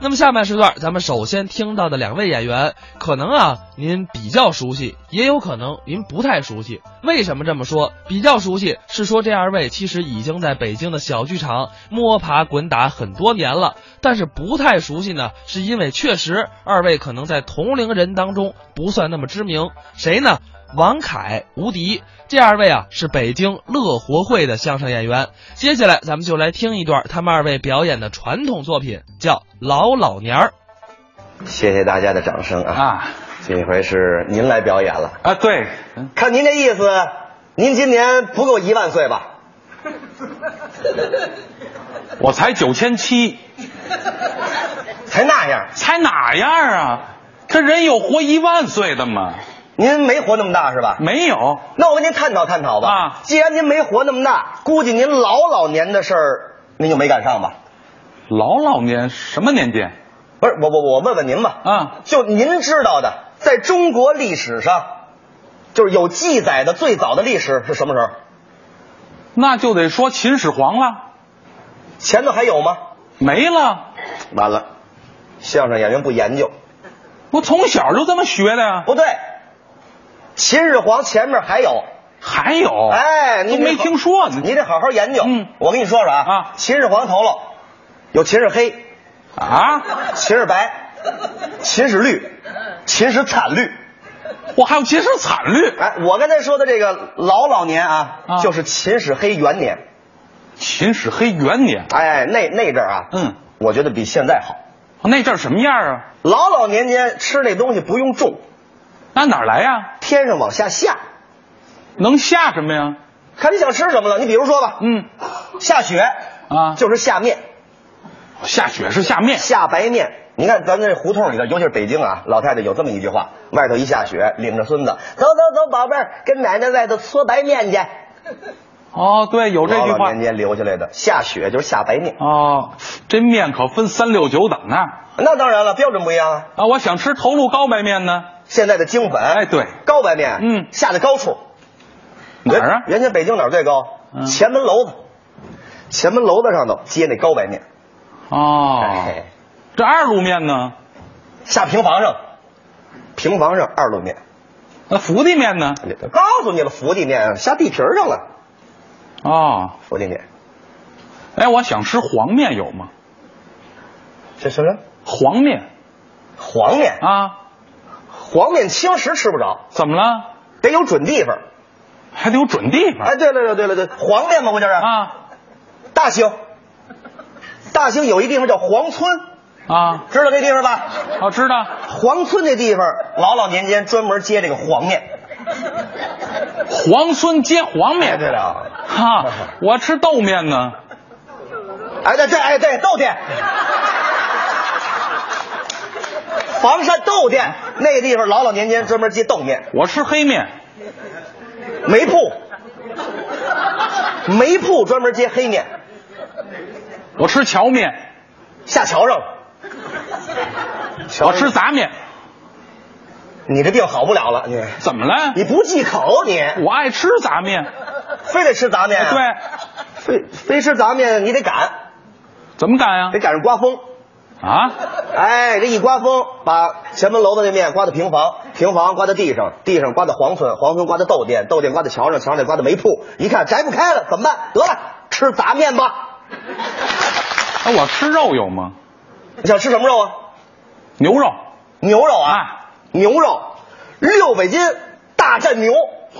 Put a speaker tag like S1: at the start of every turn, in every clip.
S1: 那么下半时段，咱们首先听到的两位演员，可能啊您比较熟悉，也有可能您不太熟悉。为什么这么说？比较熟悉是说这二位其实已经在北京的小剧场摸爬滚打很多年了，但是不太熟悉呢，是因为确实二位可能在同龄人当中不算那么知名。谁呢？王凯、吴迪这二位啊是北京乐活会的相声演员。接下来咱们就来听一段他们二位表演的传统作品，叫《老老年儿》。
S2: 谢谢大家的掌声啊！
S3: 啊
S2: 这回是您来表演了，
S3: 啊，对，嗯
S2: 看您这意思，您今年不够一万岁吧？
S3: 我才九千七，
S2: 才那样，
S3: 才哪样啊？这人有活一万岁的吗？
S2: 您没活那么大是吧？
S3: 没有，
S2: 那我跟您探讨探讨吧。
S3: 嗯啊
S2: 既然您没活那么大，估计您老老年的事儿您就没赶上吧？
S3: 老老年什么年纪
S2: 不是，我我我问问您吧。
S3: 啊？
S2: 就您知道的，在中国历史上，就是有记载的最早的历史是什么时候？
S3: 那就得说秦始皇了，
S2: 前头还有吗？
S3: 没了。
S2: 完了，相声演员不研究，
S3: 我从小就这么学的呀。
S2: 不对。秦始皇前面还有，
S3: 还有，
S2: 哎，
S3: 哦都
S2: 您
S3: 没听说呢。
S2: 你得好好研究。
S3: 嗯
S2: 我跟你说说啊，
S3: 啊
S2: 秦始皇头了，有秦始黑，
S3: 啊，
S2: 秦始白，秦始绿，秦始惨绿。
S3: 我还有秦始惨绿，
S2: 哎，我刚才说的这个老老年啊，
S3: 啊
S2: 就是秦始黑元年。
S3: 秦始黑元年。
S2: 哎，那那阵儿啊，
S3: 嗯，
S2: 我觉得比现在好。
S3: 那阵儿什么样啊？
S2: 老老年间吃那东西不用种，
S3: 那哪儿来呀、
S2: 天上往下下，
S3: 能下什么呀？
S2: 看你想吃什么了。你比如说吧，
S3: 嗯，
S2: 下雪
S3: 啊
S2: 就是下面，
S3: 下雪是下面。
S2: 下白面。你看咱这胡同里头，尤其是北京啊，老太太有这么一句话：外头一下雪，领着孙子走走走，宝贝儿，跟奶奶外头搓白面去。
S3: 哦，对，有这句
S2: 老老
S3: 话
S2: 年。间留下来的，下雪就是下白面。
S3: 哦，这面可分三六九等呢。
S2: 那当然了，标准不一样啊。
S3: 啊，我想吃头路高白面呢。
S2: 现在的京粉，
S3: 哎，对，
S2: 高白面，
S3: 嗯
S2: 下的高处。
S3: 哪儿啊？
S2: 人人家北京哪儿最高？
S3: 嗯
S2: 前门楼子，前门楼子上头接那高白面。
S3: 哦
S2: 哎，，
S3: 这二路面呢？
S2: 下平房上，平房上二路面。哎
S3: 那福地面呢？
S2: 告诉你了，伏地面下地皮儿上了，
S3: 哦，
S2: 伏地面。
S3: 哎，我想吃黄面有吗？
S2: 这什么？
S3: 黄面
S2: 黄面，
S3: 啊？
S2: 黄面青石吃不着，
S3: 怎么了？
S2: 得有准地方。
S3: 还得有准地方
S2: 哎，对了对了对了，黄面嘛，不就是？
S3: 啊
S2: 大兴，大兴有一地方叫黄村，
S3: 啊！
S2: 知道这地方吧？
S3: 我知道，
S2: 黄村这地方老老年间专门接这个黄面。
S3: 黄村街黄面。
S2: 对了，
S3: 哈、我吃豆面呢。
S2: 哎对对哎对豆店，房山豆店那个地方老老年间专门接豆面，
S3: 我吃黑面。
S2: 煤铺，煤铺专门接黑面，
S3: 我吃荞面。
S2: 下桥上。
S3: 我吃杂面。
S2: 你这病好不了了，你
S3: 怎么了？
S2: 你不忌口，你
S3: 我爱吃杂面。
S2: 非得吃杂面、啊，
S3: 对，
S2: 非非吃杂面，你得赶，
S3: 怎么敢呀
S2: 得、赶上刮风。
S3: 啊？
S2: 哎，这一刮风，把前门楼子那面刮到平房，平房刮到地上，地上刮到黄村，黄村刮到豆店，豆店刮到桥上，桥上再刮到煤铺。一看摘不开了，怎么办？得了，吃杂面吧。
S3: 哎，我吃肉有吗？
S2: 你想吃什么肉啊？
S3: 牛肉
S2: 牛肉啊
S3: 啊，
S2: 牛肉，六百斤大战牛，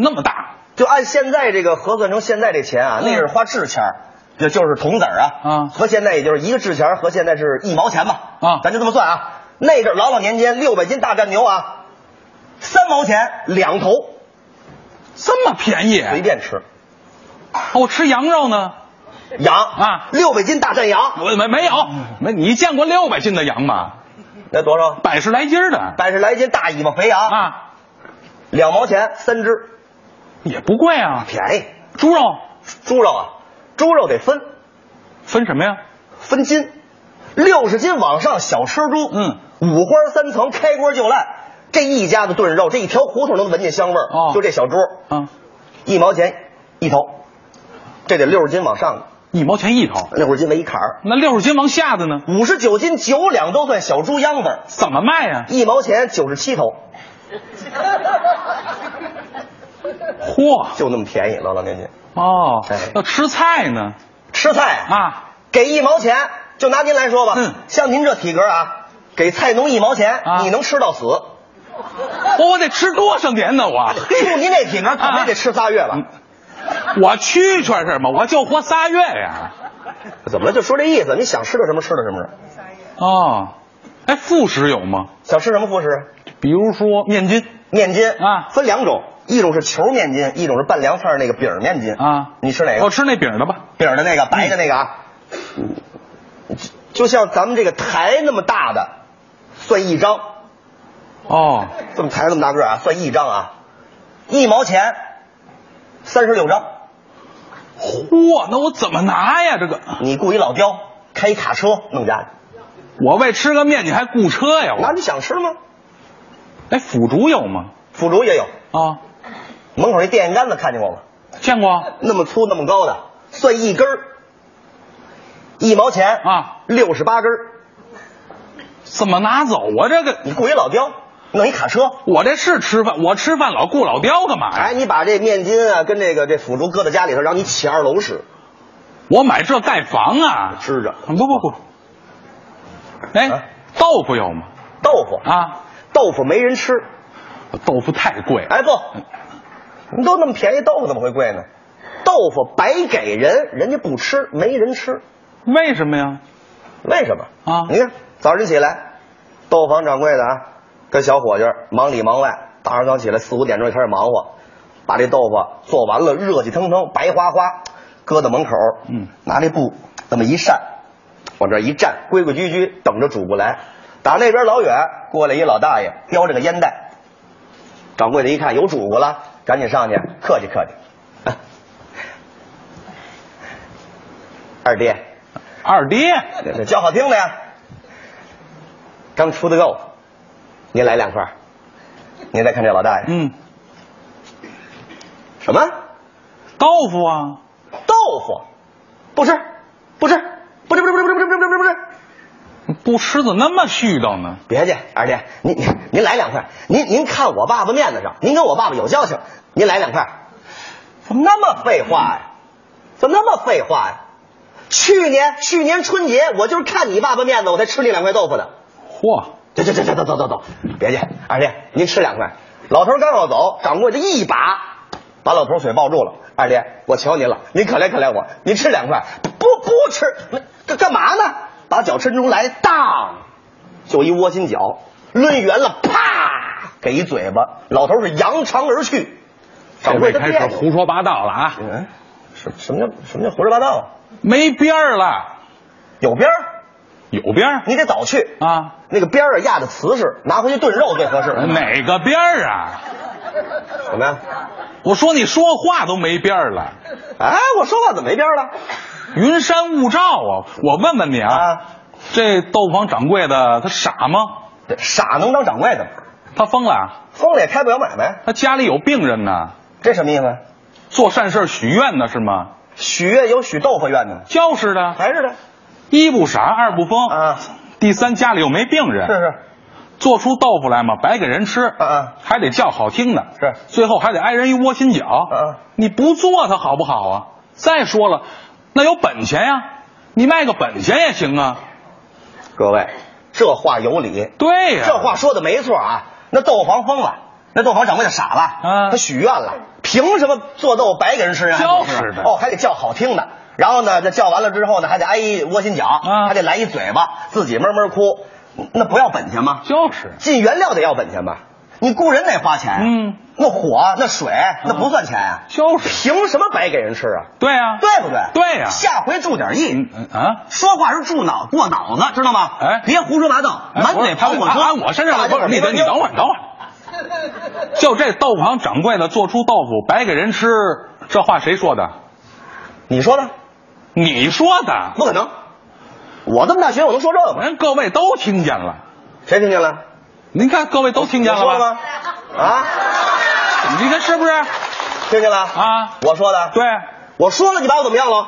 S3: 那么大
S2: 就按现在这个核算成现在这钱啊，
S3: 嗯
S2: 那是花制钱儿。就就是铜子儿啊，
S3: 啊
S2: 和现在也就是一个制钱儿和现在是一毛钱吧，
S3: 啊
S2: 咱就这么算啊。那阵儿老老年间六百斤大战牛啊，三毛钱两头，
S3: 这么便宜，啊
S2: 随便吃。
S3: 我吃羊肉呢？
S2: 羊
S3: 啊
S2: 六百斤大战羊，
S3: 我没没有没，你见过六百斤的羊吗？
S2: 那多少？
S3: 百十来斤儿的
S2: 百十来斤大尾巴肥羊，
S3: 啊，
S2: 两毛钱三只，
S3: 也不贵啊。
S2: 便宜。
S3: 猪肉
S2: 猪肉啊，猪肉得分
S3: 分什么呀？
S2: 分斤，六十斤往上小吃猪，
S3: 嗯，
S2: 五花三层，开锅就烂。这一家子炖肉，这一条胡同能闻见香味儿。
S3: 哦
S2: 就这小桌，
S3: 啊，
S2: 一毛钱一头，这得六十斤往上的。
S3: 一毛钱一头。
S2: 六十斤为一坎儿，
S3: 那六十斤往下的呢？
S2: 五十九斤九两都算小猪秧子，
S3: 怎么卖呀、
S2: 一毛钱九十七头，
S3: 嚯！
S2: 就那么便宜，老老年间。
S3: 哦
S2: 哎，
S3: 要吃菜呢
S2: 吃菜啊，
S3: 啊？
S2: 给一毛钱，就拿您来说吧，
S3: 嗯
S2: 像您这体格啊，给菜农一毛钱，
S3: 啊
S2: 你能吃 到死。
S3: 我我得吃多少年呢？我
S2: 就您这体格，可没得吃仨月
S3: 嗯
S2: 了。
S3: 我蛐蛐是吗？我就活仨月呀、
S2: 怎么了？就说这意思，你想吃点什么吃点什么，
S3: 哦，哎，副食有吗？
S2: 想吃什么副食？
S3: 比如说面筋
S2: 面筋
S3: 啊
S2: 分两种，一种是球面筋，一种是拌凉菜儿那个饼儿面筋
S3: 啊
S2: 你吃哪
S3: 我
S2: 个？
S3: 吃那饼的吧。
S2: 饼儿的那个，白的那个啊。就就像咱们这个台那么大的，算一张，
S3: 哦，
S2: 这么台这么大个儿啊，算一张啊，一毛钱，三十六张。
S3: 嚯，那我怎么拿呀？这个
S2: 你雇一老刁，开一卡车弄家去，
S3: 我为吃个面你还雇车呀？
S2: 那
S3: 我
S2: 你想吃吗？
S3: 哎，腐竹有吗？
S2: 腐竹也有，
S3: 啊，
S2: 门口那电线杆子看见过吗？
S3: 见过
S2: 那么粗那么高的，算一根儿，一毛钱
S3: 啊，
S2: 六十八根儿。
S3: 怎么拿走啊？这个
S2: 你雇一老刁，弄一卡车，
S3: 我这是吃饭，我吃饭老雇老刁干嘛呀？
S2: 哎，你把这面筋啊跟这个这腐竹搁在家里头，然后你起二楼使，
S3: 我买这盖房啊？
S2: 吃着
S3: 不不不，
S2: 啊
S3: 哎，豆腐有吗？
S2: 豆腐，
S3: 啊，
S2: 豆腐没人吃，
S3: 豆腐太贵了。
S2: 哎不，你都那么便宜，豆腐怎么会贵呢？豆腐白给人，人家不吃，没人吃。
S3: 为什么呀？
S2: 为什么
S3: 啊
S2: 你看早晨起来，豆房掌柜的啊，跟小伙计儿忙里忙外，大早上刚起来四五点钟就开始忙活，把这豆腐做完了，热气腾腾，白花花，搁到门口，
S3: 嗯，
S2: 拿这布那么一扇，往这一站，规规矩矩等着主顾来。打那边老远过来一老大爷，叼着个烟袋，掌柜的一看有主顾了，赶紧上去客气客气。二爹，
S3: 二爹，
S2: 这叫好听的呀。刚出的够，您来两块儿。您再看这老大爷，
S3: 嗯，
S2: 什么
S3: 豆腐啊，
S2: 豆腐？不吃，不吃，不吃，不吃，不吃，不吃，不吃，不吃，不吃，不吃。
S3: 不吃怎么那么絮叨呢？
S2: 别介，二爹，您您您来两块儿，您您看我爸爸面子上，您跟我爸爸有交情，您来两块儿。怎么那么废话呀？怎么那么废话呀？去年去年春节，我就是看你爸爸面子，我才吃你两块豆腐的。
S3: 嚯，
S2: 这这这这走走走走，别介，二爹，您吃两块。老头刚要走，掌柜的一把把老头嘴抱住了。二爹，我求您了，您可怜可怜我，您吃两块，不不吃，干干嘛呢？把脚伸出来，当，就一窝心脚，抡圆了，啪，给一嘴巴。老头是扬长而去。掌
S3: 这
S2: 柜
S3: 位
S2: 的
S3: 开
S2: 别
S3: 始
S2: 扭
S3: 胡说八道了啊，
S2: 嗯，什什么叫什么叫胡说八道啊？
S3: 没边儿了，
S2: 有边儿，
S3: 有边儿
S2: 你得早去。
S3: 啊？
S2: 那个边儿啊压的瓷实，拿回去炖肉最合适。
S3: 哪个边儿啊？
S2: 怎么样？
S3: 我说你说话都没边儿了，
S2: 哎，我说话怎么没边儿了？
S3: 云山雾罩啊！我问问你啊，
S2: 啊
S3: 这豆房掌柜的他傻吗？
S2: 这啊傻能当掌柜的吗？
S3: 他疯了啊？
S2: 疯了也开不了买卖，
S3: 他家里有病人呢，
S2: 这什么意思？
S3: 做善事儿许愿呢是吗？
S2: 许愿有许豆腐愿呢，
S3: 就是的，
S2: 还是的，
S3: 一不傻，二不疯
S2: 啊
S3: 第三家里又没病人，
S2: 是是，
S3: 做出豆腐来嘛，白给人吃，
S2: 嗯嗯
S3: 还得叫好听的，
S2: 是
S3: 最后还得挨人一窝心脚，
S2: 嗯嗯
S3: 你不做它好不好啊？再说了，那有本钱呀，你卖个本钱也行啊，
S2: 各位，这话有理，
S3: 对呀、
S2: 这话说的没错啊。那豆腐房疯了，那豆腐房掌柜的傻了，
S3: 嗯
S2: 他许愿了，凭什么做豆腐白给人吃啊？
S3: 就是的
S2: 哦，还得叫好听的。然后呢，这叫完了之后呢，还得挨一窝心脚，
S3: 嗯
S2: 还得来一嘴巴，自己闷闷哭，那不要本钱吗？
S3: 就是
S2: 进原料得要本钱吧？你雇人得花钱，啊
S3: 嗯，
S2: 那火啊那水那不算钱啊，
S3: 就是，
S2: 凭什么白给人吃啊？
S3: 对呀、
S2: 对不对？
S3: 对呀
S2: 下回注点意，
S3: 嗯啊，
S2: 说话是注脑过脑子，知道吗？
S3: 哎
S2: 别胡说八道，
S3: 哎
S2: 满
S3: 不是
S2: 嘴跑火车。
S3: 啊啊我身上
S2: 大
S3: 了，
S2: 家
S3: 不
S2: 伙
S3: 是你
S2: 没
S3: 等
S2: 得
S3: 你
S2: 听
S3: 等会儿，等会 儿。就这豆腐行掌柜的做出豆腐白给人吃，这话谁说的？
S2: 你说呢？
S3: 你说 的，
S2: 不可能，我这么大学我能说这个吗？
S3: 人各位都听见了，
S2: 谁听见了？
S3: 您看各位都听见
S2: 我说
S3: 了吧
S2: 了？吗？啊，
S3: 你看是不是？
S2: 听见了
S3: 啊
S2: 我说的，
S3: 对，
S2: 我说了，你把我怎么样了？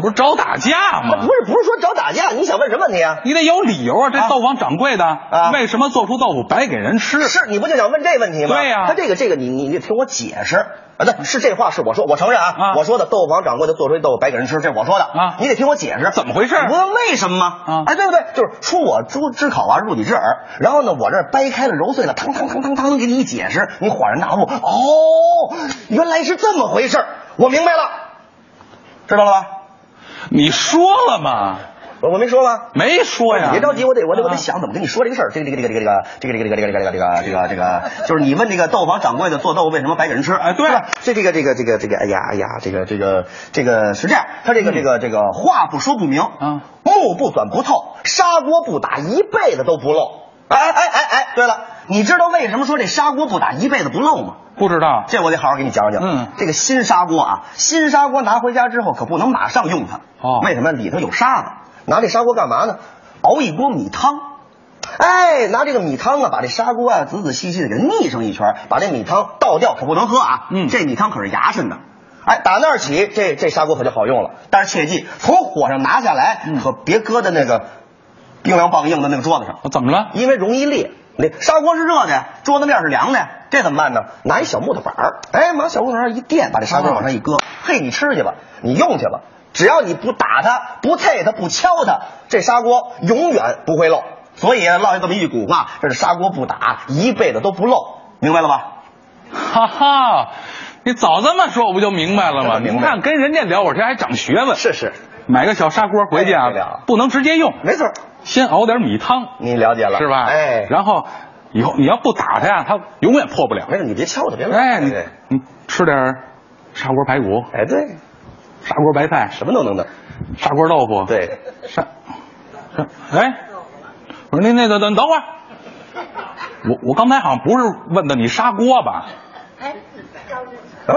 S3: 不是找打架
S2: 那不
S3: 吗？
S2: 是不是说找打架，你想问什么问题啊？
S3: 你得有理由啊！这
S2: 啊
S3: 道房掌柜的、
S2: 啊
S3: 为什么做出豆腐白给人吃？
S2: 是你不就想问这问题吗？
S3: 对呀
S2: 他这个这个你你你听我解释啊，对，是这话是我说，我承认啊，
S3: 啊
S2: 我说的豆腐坊掌柜的做出一豆腐白给人吃，这是我说的
S3: 啊
S2: 你得听我解释
S3: 怎么回事
S2: 你不问为什么吗？
S3: 啊
S2: 哎，对不对？就是出我猪之口啊，入你之耳，然后呢，我这儿掰开了揉碎了，嘡嘡嘡嘡嘡给你一解释，你恍然大悟，哦，原来是这么回事儿我明白了，知道了吧？
S3: 你说了吗？
S2: 我我没说吗？
S3: 没说呀！
S2: 别着急，我得我得我得
S3: 啊
S2: 想怎么跟你说这个事儿。这个这个这个这个这个这个这个这个这个这个这个这个，就是你问这个豆房掌柜的做豆腐为什么白给人吃？
S3: 哎对
S2: 是吧这这个这个这个这个，哎呀哎呀，这个这个这个是这样，他这个这个这个话不说不明，
S3: 啊，
S2: 目不转不透，砂锅不打一辈子都不漏。哎哎哎哎，对了，你知道为什么说这砂锅不打一辈子不漏吗？
S3: 不知道。
S2: 这我得好好给你讲讲。
S3: 啊嗯
S2: 这个新砂锅啊，新砂锅拿回家之后可不能马上用它。
S3: 哦
S2: 为什么？里头有沙子。拿这砂锅干嘛呢？熬一锅米汤。哎，拿这个米汤啊，把这砂锅啊仔仔细细的给腻上一圈，把这米汤倒掉，可不能喝啊。
S3: 嗯
S2: 这米汤可是牙碜的。哎，打那儿起，这这砂锅可就好用了。但是切记，从火上拿下来，
S3: 嗯
S2: 可别搁在那个冰凉棒硬的那个桌子上。
S3: 我怎么了？
S2: 因为容易裂。那砂锅是热的，桌子面是凉的，这怎么办呢？拿一小木头板儿，哎，往小木头上一垫，把这砂锅往上一搁，嘿，你吃去吧，你用去吧，只要你不打它，不啐它，不敲它，这砂锅永远不会漏。所以落下这么一句古话，这是砂锅不打，一辈子都不漏，明白了吧？
S3: 哈哈，你早这么说我不就明白了吗？
S2: 明白
S3: 你看跟人家聊会儿天还长学问。
S2: 是是，
S3: 买个小砂锅回去
S2: 哎对了
S3: 啊，不能直接用，
S2: 没错，
S3: 先熬点米汤，
S2: 你了解了
S3: 是吧？
S2: 哎，
S3: 然后以后你要不打它呀，它永远破不了。
S2: 没事，你别敲它，别
S3: 哎，你
S2: 对
S3: 你吃点砂锅排骨、
S2: 哎对，
S3: 砂锅白菜、
S2: 什么都能弄，
S3: 砂锅豆腐，，
S2: 对，
S3: 砂，砂哎，我说那那等等等会儿，我我刚才好像不是问的你砂锅吧？
S2: 啊，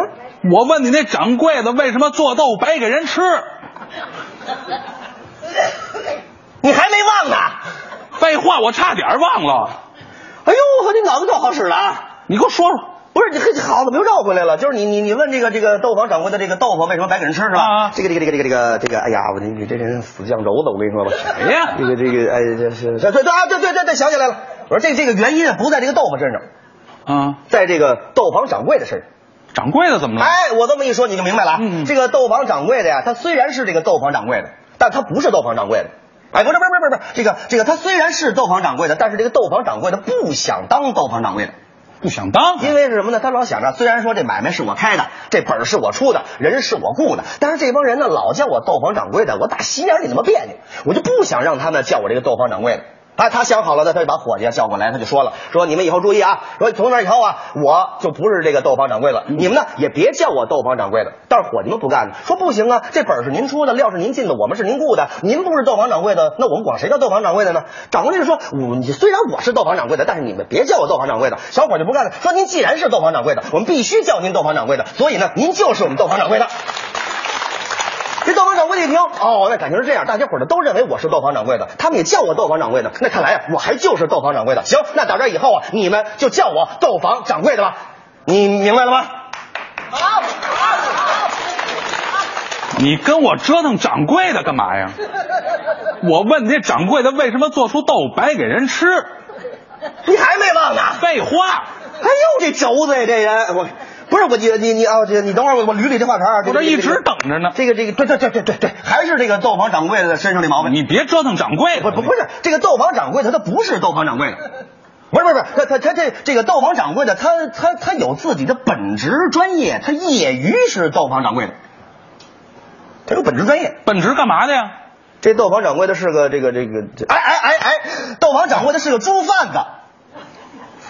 S3: 我问你那掌柜的为什么做豆腐白给人吃？
S2: 你还没忘呢？
S3: 废话，我差点忘了，
S2: 哎呦，我说你脑子够好使的啊！
S3: 你给我说说。
S2: 不是你这好怎么又绕回来了？就是你你你问这个这个豆房掌柜的这个豆腐为什么白给人吃是吧？
S3: 啊
S2: 这个这个这个这个这个这个，哎呀，我这你这人死犟轴子，我跟你说吧。
S3: 谁呀
S2: 这个这个哎，这是对对对啊对对对对，想起来了。我说这这个原因啊不在这个豆腐身上，
S3: 啊，
S2: 在这个豆房掌柜的身上。
S3: 掌柜的怎么了？
S2: 哎，我这么一说你就明白了啊。
S3: 嗯
S2: 这个豆房掌柜的呀，他虽然是这个豆房掌柜的，但他不是豆房掌柜的。哎，不是不是不是不是，这个这个他虽然是豆房掌柜的，但是这个豆房掌柜的不想当豆房掌柜的。
S3: 不想当，
S2: 因为是什么呢？他老想着，虽然说这买卖是我开的，这本儿是我出的，人是我雇的，但是这帮人呢老叫我豆房掌柜的，我打心眼里那么别扭，我就不想让他们叫我这个豆房掌柜的。哎，他想好了呢，他就把伙计啊叫过来，他就说了，说你们以后注意啊，说从那以后啊，我就不是这个豆房掌柜了，你们呢也别叫我豆房掌柜的。但是伙计们不干了，说不行啊，这本儿是您出的，料是您进的，我们是您雇的，您不是豆房掌柜的，那我们管谁叫豆房掌柜的呢？掌柜的说，我你虽然我是豆房掌柜的，但是你们别叫我豆房掌柜的。小伙就不干了，说您既然是豆房掌柜的，我们必须叫您豆房掌柜的，所以呢，您就是我们豆房掌柜的。这豆房掌柜的一听，哦，那感情是这样，大家伙儿呢都认为我是豆房掌柜的，他们也叫我豆房掌柜的，那看来啊，我还就是豆房掌柜的。行，那打这以后啊，你们就叫我豆房掌柜的吧，你明白了吗？
S3: 你跟我折腾掌柜的干嘛呀？我问你这掌柜的为什么做出豆腐白给人吃？
S2: 你还没忘呢？
S3: 废话，
S2: 哎呦，这轴子呀，这人，我不是我你你你啊，这你等会儿我我捋捋这话茬儿，
S3: 我这一直等着呢。
S2: 这个这个对对对对对对，还是这个豆房掌柜的身上这毛病。
S3: 你别折腾掌柜
S2: 不
S3: 的，
S2: 不不是这个豆房掌柜的，他不是豆房掌柜的，不是不是不是，他他他这这个豆房掌柜的，他他他有自己的本职专业，他业余是豆房掌柜的，他有本职专业。
S3: 本职干嘛的呀？
S2: 这豆房掌柜的是个这个这个，这哎哎哎哎，豆房掌柜的是个猪贩子。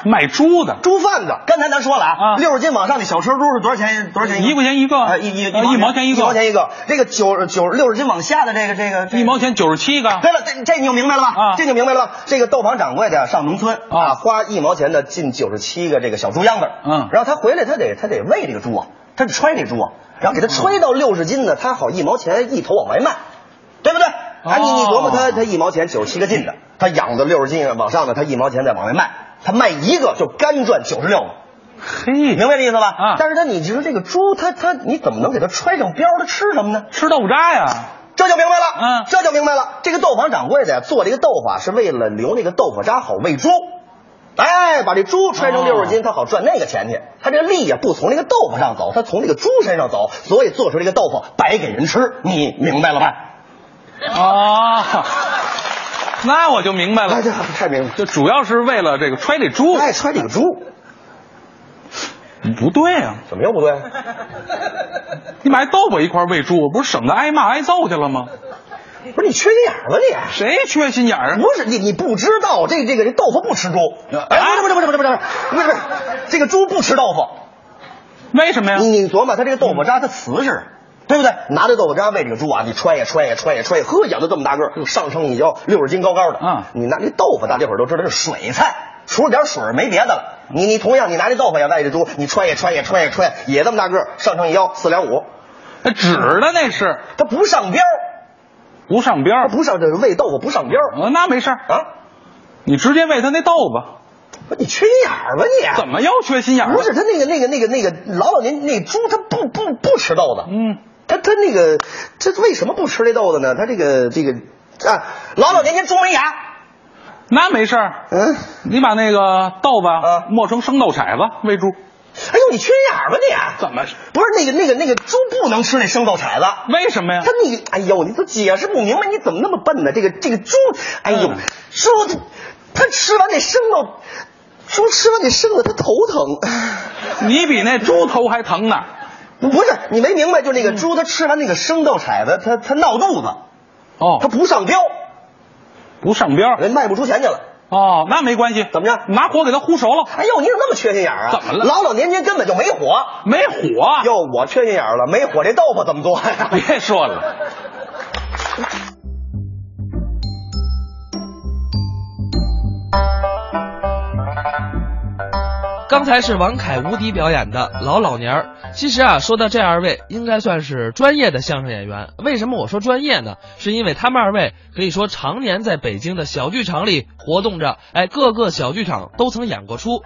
S3: 卖猪的，
S2: 猪贩子，刚才咱说了啊，
S3: 啊
S2: 六十斤往上的小车猪是多少钱？多少钱个？
S3: 一块钱一个
S2: 啊，一一
S3: 啊一毛钱一个
S2: 一毛钱一个。这个九九六十斤往下的这个这个这个
S3: 一毛钱九十七个，
S2: 对了，这这你就明白了吧？
S3: 啊
S2: 这你就明白了吧？这个豆房掌柜的上农村
S3: 啊
S2: 花一毛钱的进九十七个这个小猪秧子，
S3: 嗯
S2: 然后他回来他得他得喂这个猪啊，他得揣这猪啊，然后给他揣到六十斤的，他好一毛钱一头往外卖，对不对？啊，你你琢磨
S3: 哦
S2: 他他一毛钱九十七个进的，啊他养的六十斤往上的，他一毛钱再往外卖，他卖一个就干赚九十六个。
S3: 嘿，
S2: 明白这意思吧？
S3: 啊
S2: 但是它你就是这个猪，它它你怎么能给它揣上膘儿？它吃什么呢？
S3: 吃豆腐渣呀、
S2: 这就明白了，
S3: 嗯
S2: 这就明白了。这个豆坊掌柜的呀，做这个豆腐啊，是为了留那个豆腐渣好喂猪。哎，把这猪揣成六十斤，他好赚那个钱去。他这利呀，不从这个豆腐上走，他从这个猪身上走，所以做出这个豆腐白给人吃。你明白了吧？
S3: 哦，那我就明白
S2: 哎，这
S3: 了，
S2: 太明白了。
S3: 就主要是为了这个揣这猪。
S2: 爱哎揣这个猪，
S3: 不对啊，
S2: 怎么又 不对？
S3: 你买豆腐一块喂猪，不是省得挨骂挨揍去了吗？
S2: 不是你缺心眼儿吧你？
S3: 谁缺心眼儿啊？
S2: 不是你，你不知道这这个这豆腐不吃猪，哎，不是不是不是不是不是不是不是，这个猪不吃豆腐，
S3: 为什么呀？
S2: 你你琢磨，它这个豆腐渣它瓷实，对不对？拿这豆腐渣喂这个猪啊，你揣呀揣呀揣呀揣呀，呵，养到这么大个儿，上升一腰，六十斤高高的。
S3: 嗯
S2: 你拿这豆腐，大家伙儿都知道是水菜，除了点水儿没别的了。你你同样，你拿这豆腐也喂这猪，你揣呀揣呀揣呀揣呀，也这么大个儿，上升一腰，四两五，
S3: 那纸的那是
S2: 它不上膘儿，
S3: 不上
S2: 它
S3: 边
S2: 不上这是喂豆腐不上膘儿
S3: 儿，那没事儿，
S2: 啊！
S3: 你直接喂他那豆腐，
S2: 不是你缺心眼儿吧你？
S3: 怎么又缺心眼儿了？啊
S2: 不是他那个那个那个那个老老年那猪，它不不不吃豆子。
S3: 嗯，
S2: 他他那个，这为什么不吃这豆子呢？他这个这个啊，老老年间猪没牙，
S3: 那没事儿，
S2: 嗯，
S3: 你把那个豆腐啊
S2: 啊
S3: 磨成生豆铲子喂猪，
S2: 哎呦，你缺心眼儿吧你、啊
S3: 怎么？嗯
S2: 不是那个那个那个猪不能吃那生豆铲子。
S3: 为什么呀
S2: 他？你，哎呦，你都解释不明白，你怎么那么笨呢？这个这个猪，哎呦，
S3: 嗯
S2: 猪它它吃完那生豆，猪吃完那生的，它头疼。
S3: 你比那猪头还疼呢。
S2: 不是你没明白，就那
S3: 嗯
S2: 个猪它吃完那个生豆铲子，它它闹肚子，它
S3: 哦，
S2: 不上膘，
S3: 不上边儿
S2: 人卖不出钱去了。
S3: 哦，那没关系。
S2: 哎怎么着
S3: 拿火给它烀熟了，
S2: 哎呦，你怎么那么缺心眼儿啊？
S3: 怎么了啊
S2: 老老年间根本就没火。
S3: 没火。
S2: 哟，我缺心眼儿了，没火这豆腐怎么做呀？
S3: 别说了，
S1: 刚才是王凯无敌表演的《老老年儿》。其实啊，说到这二位，应该算是专业的相声演员。为什么我说专业呢？是因为他们二位可以说常年在北京的小剧场里活动着，哎，各个小剧场都曾演过出。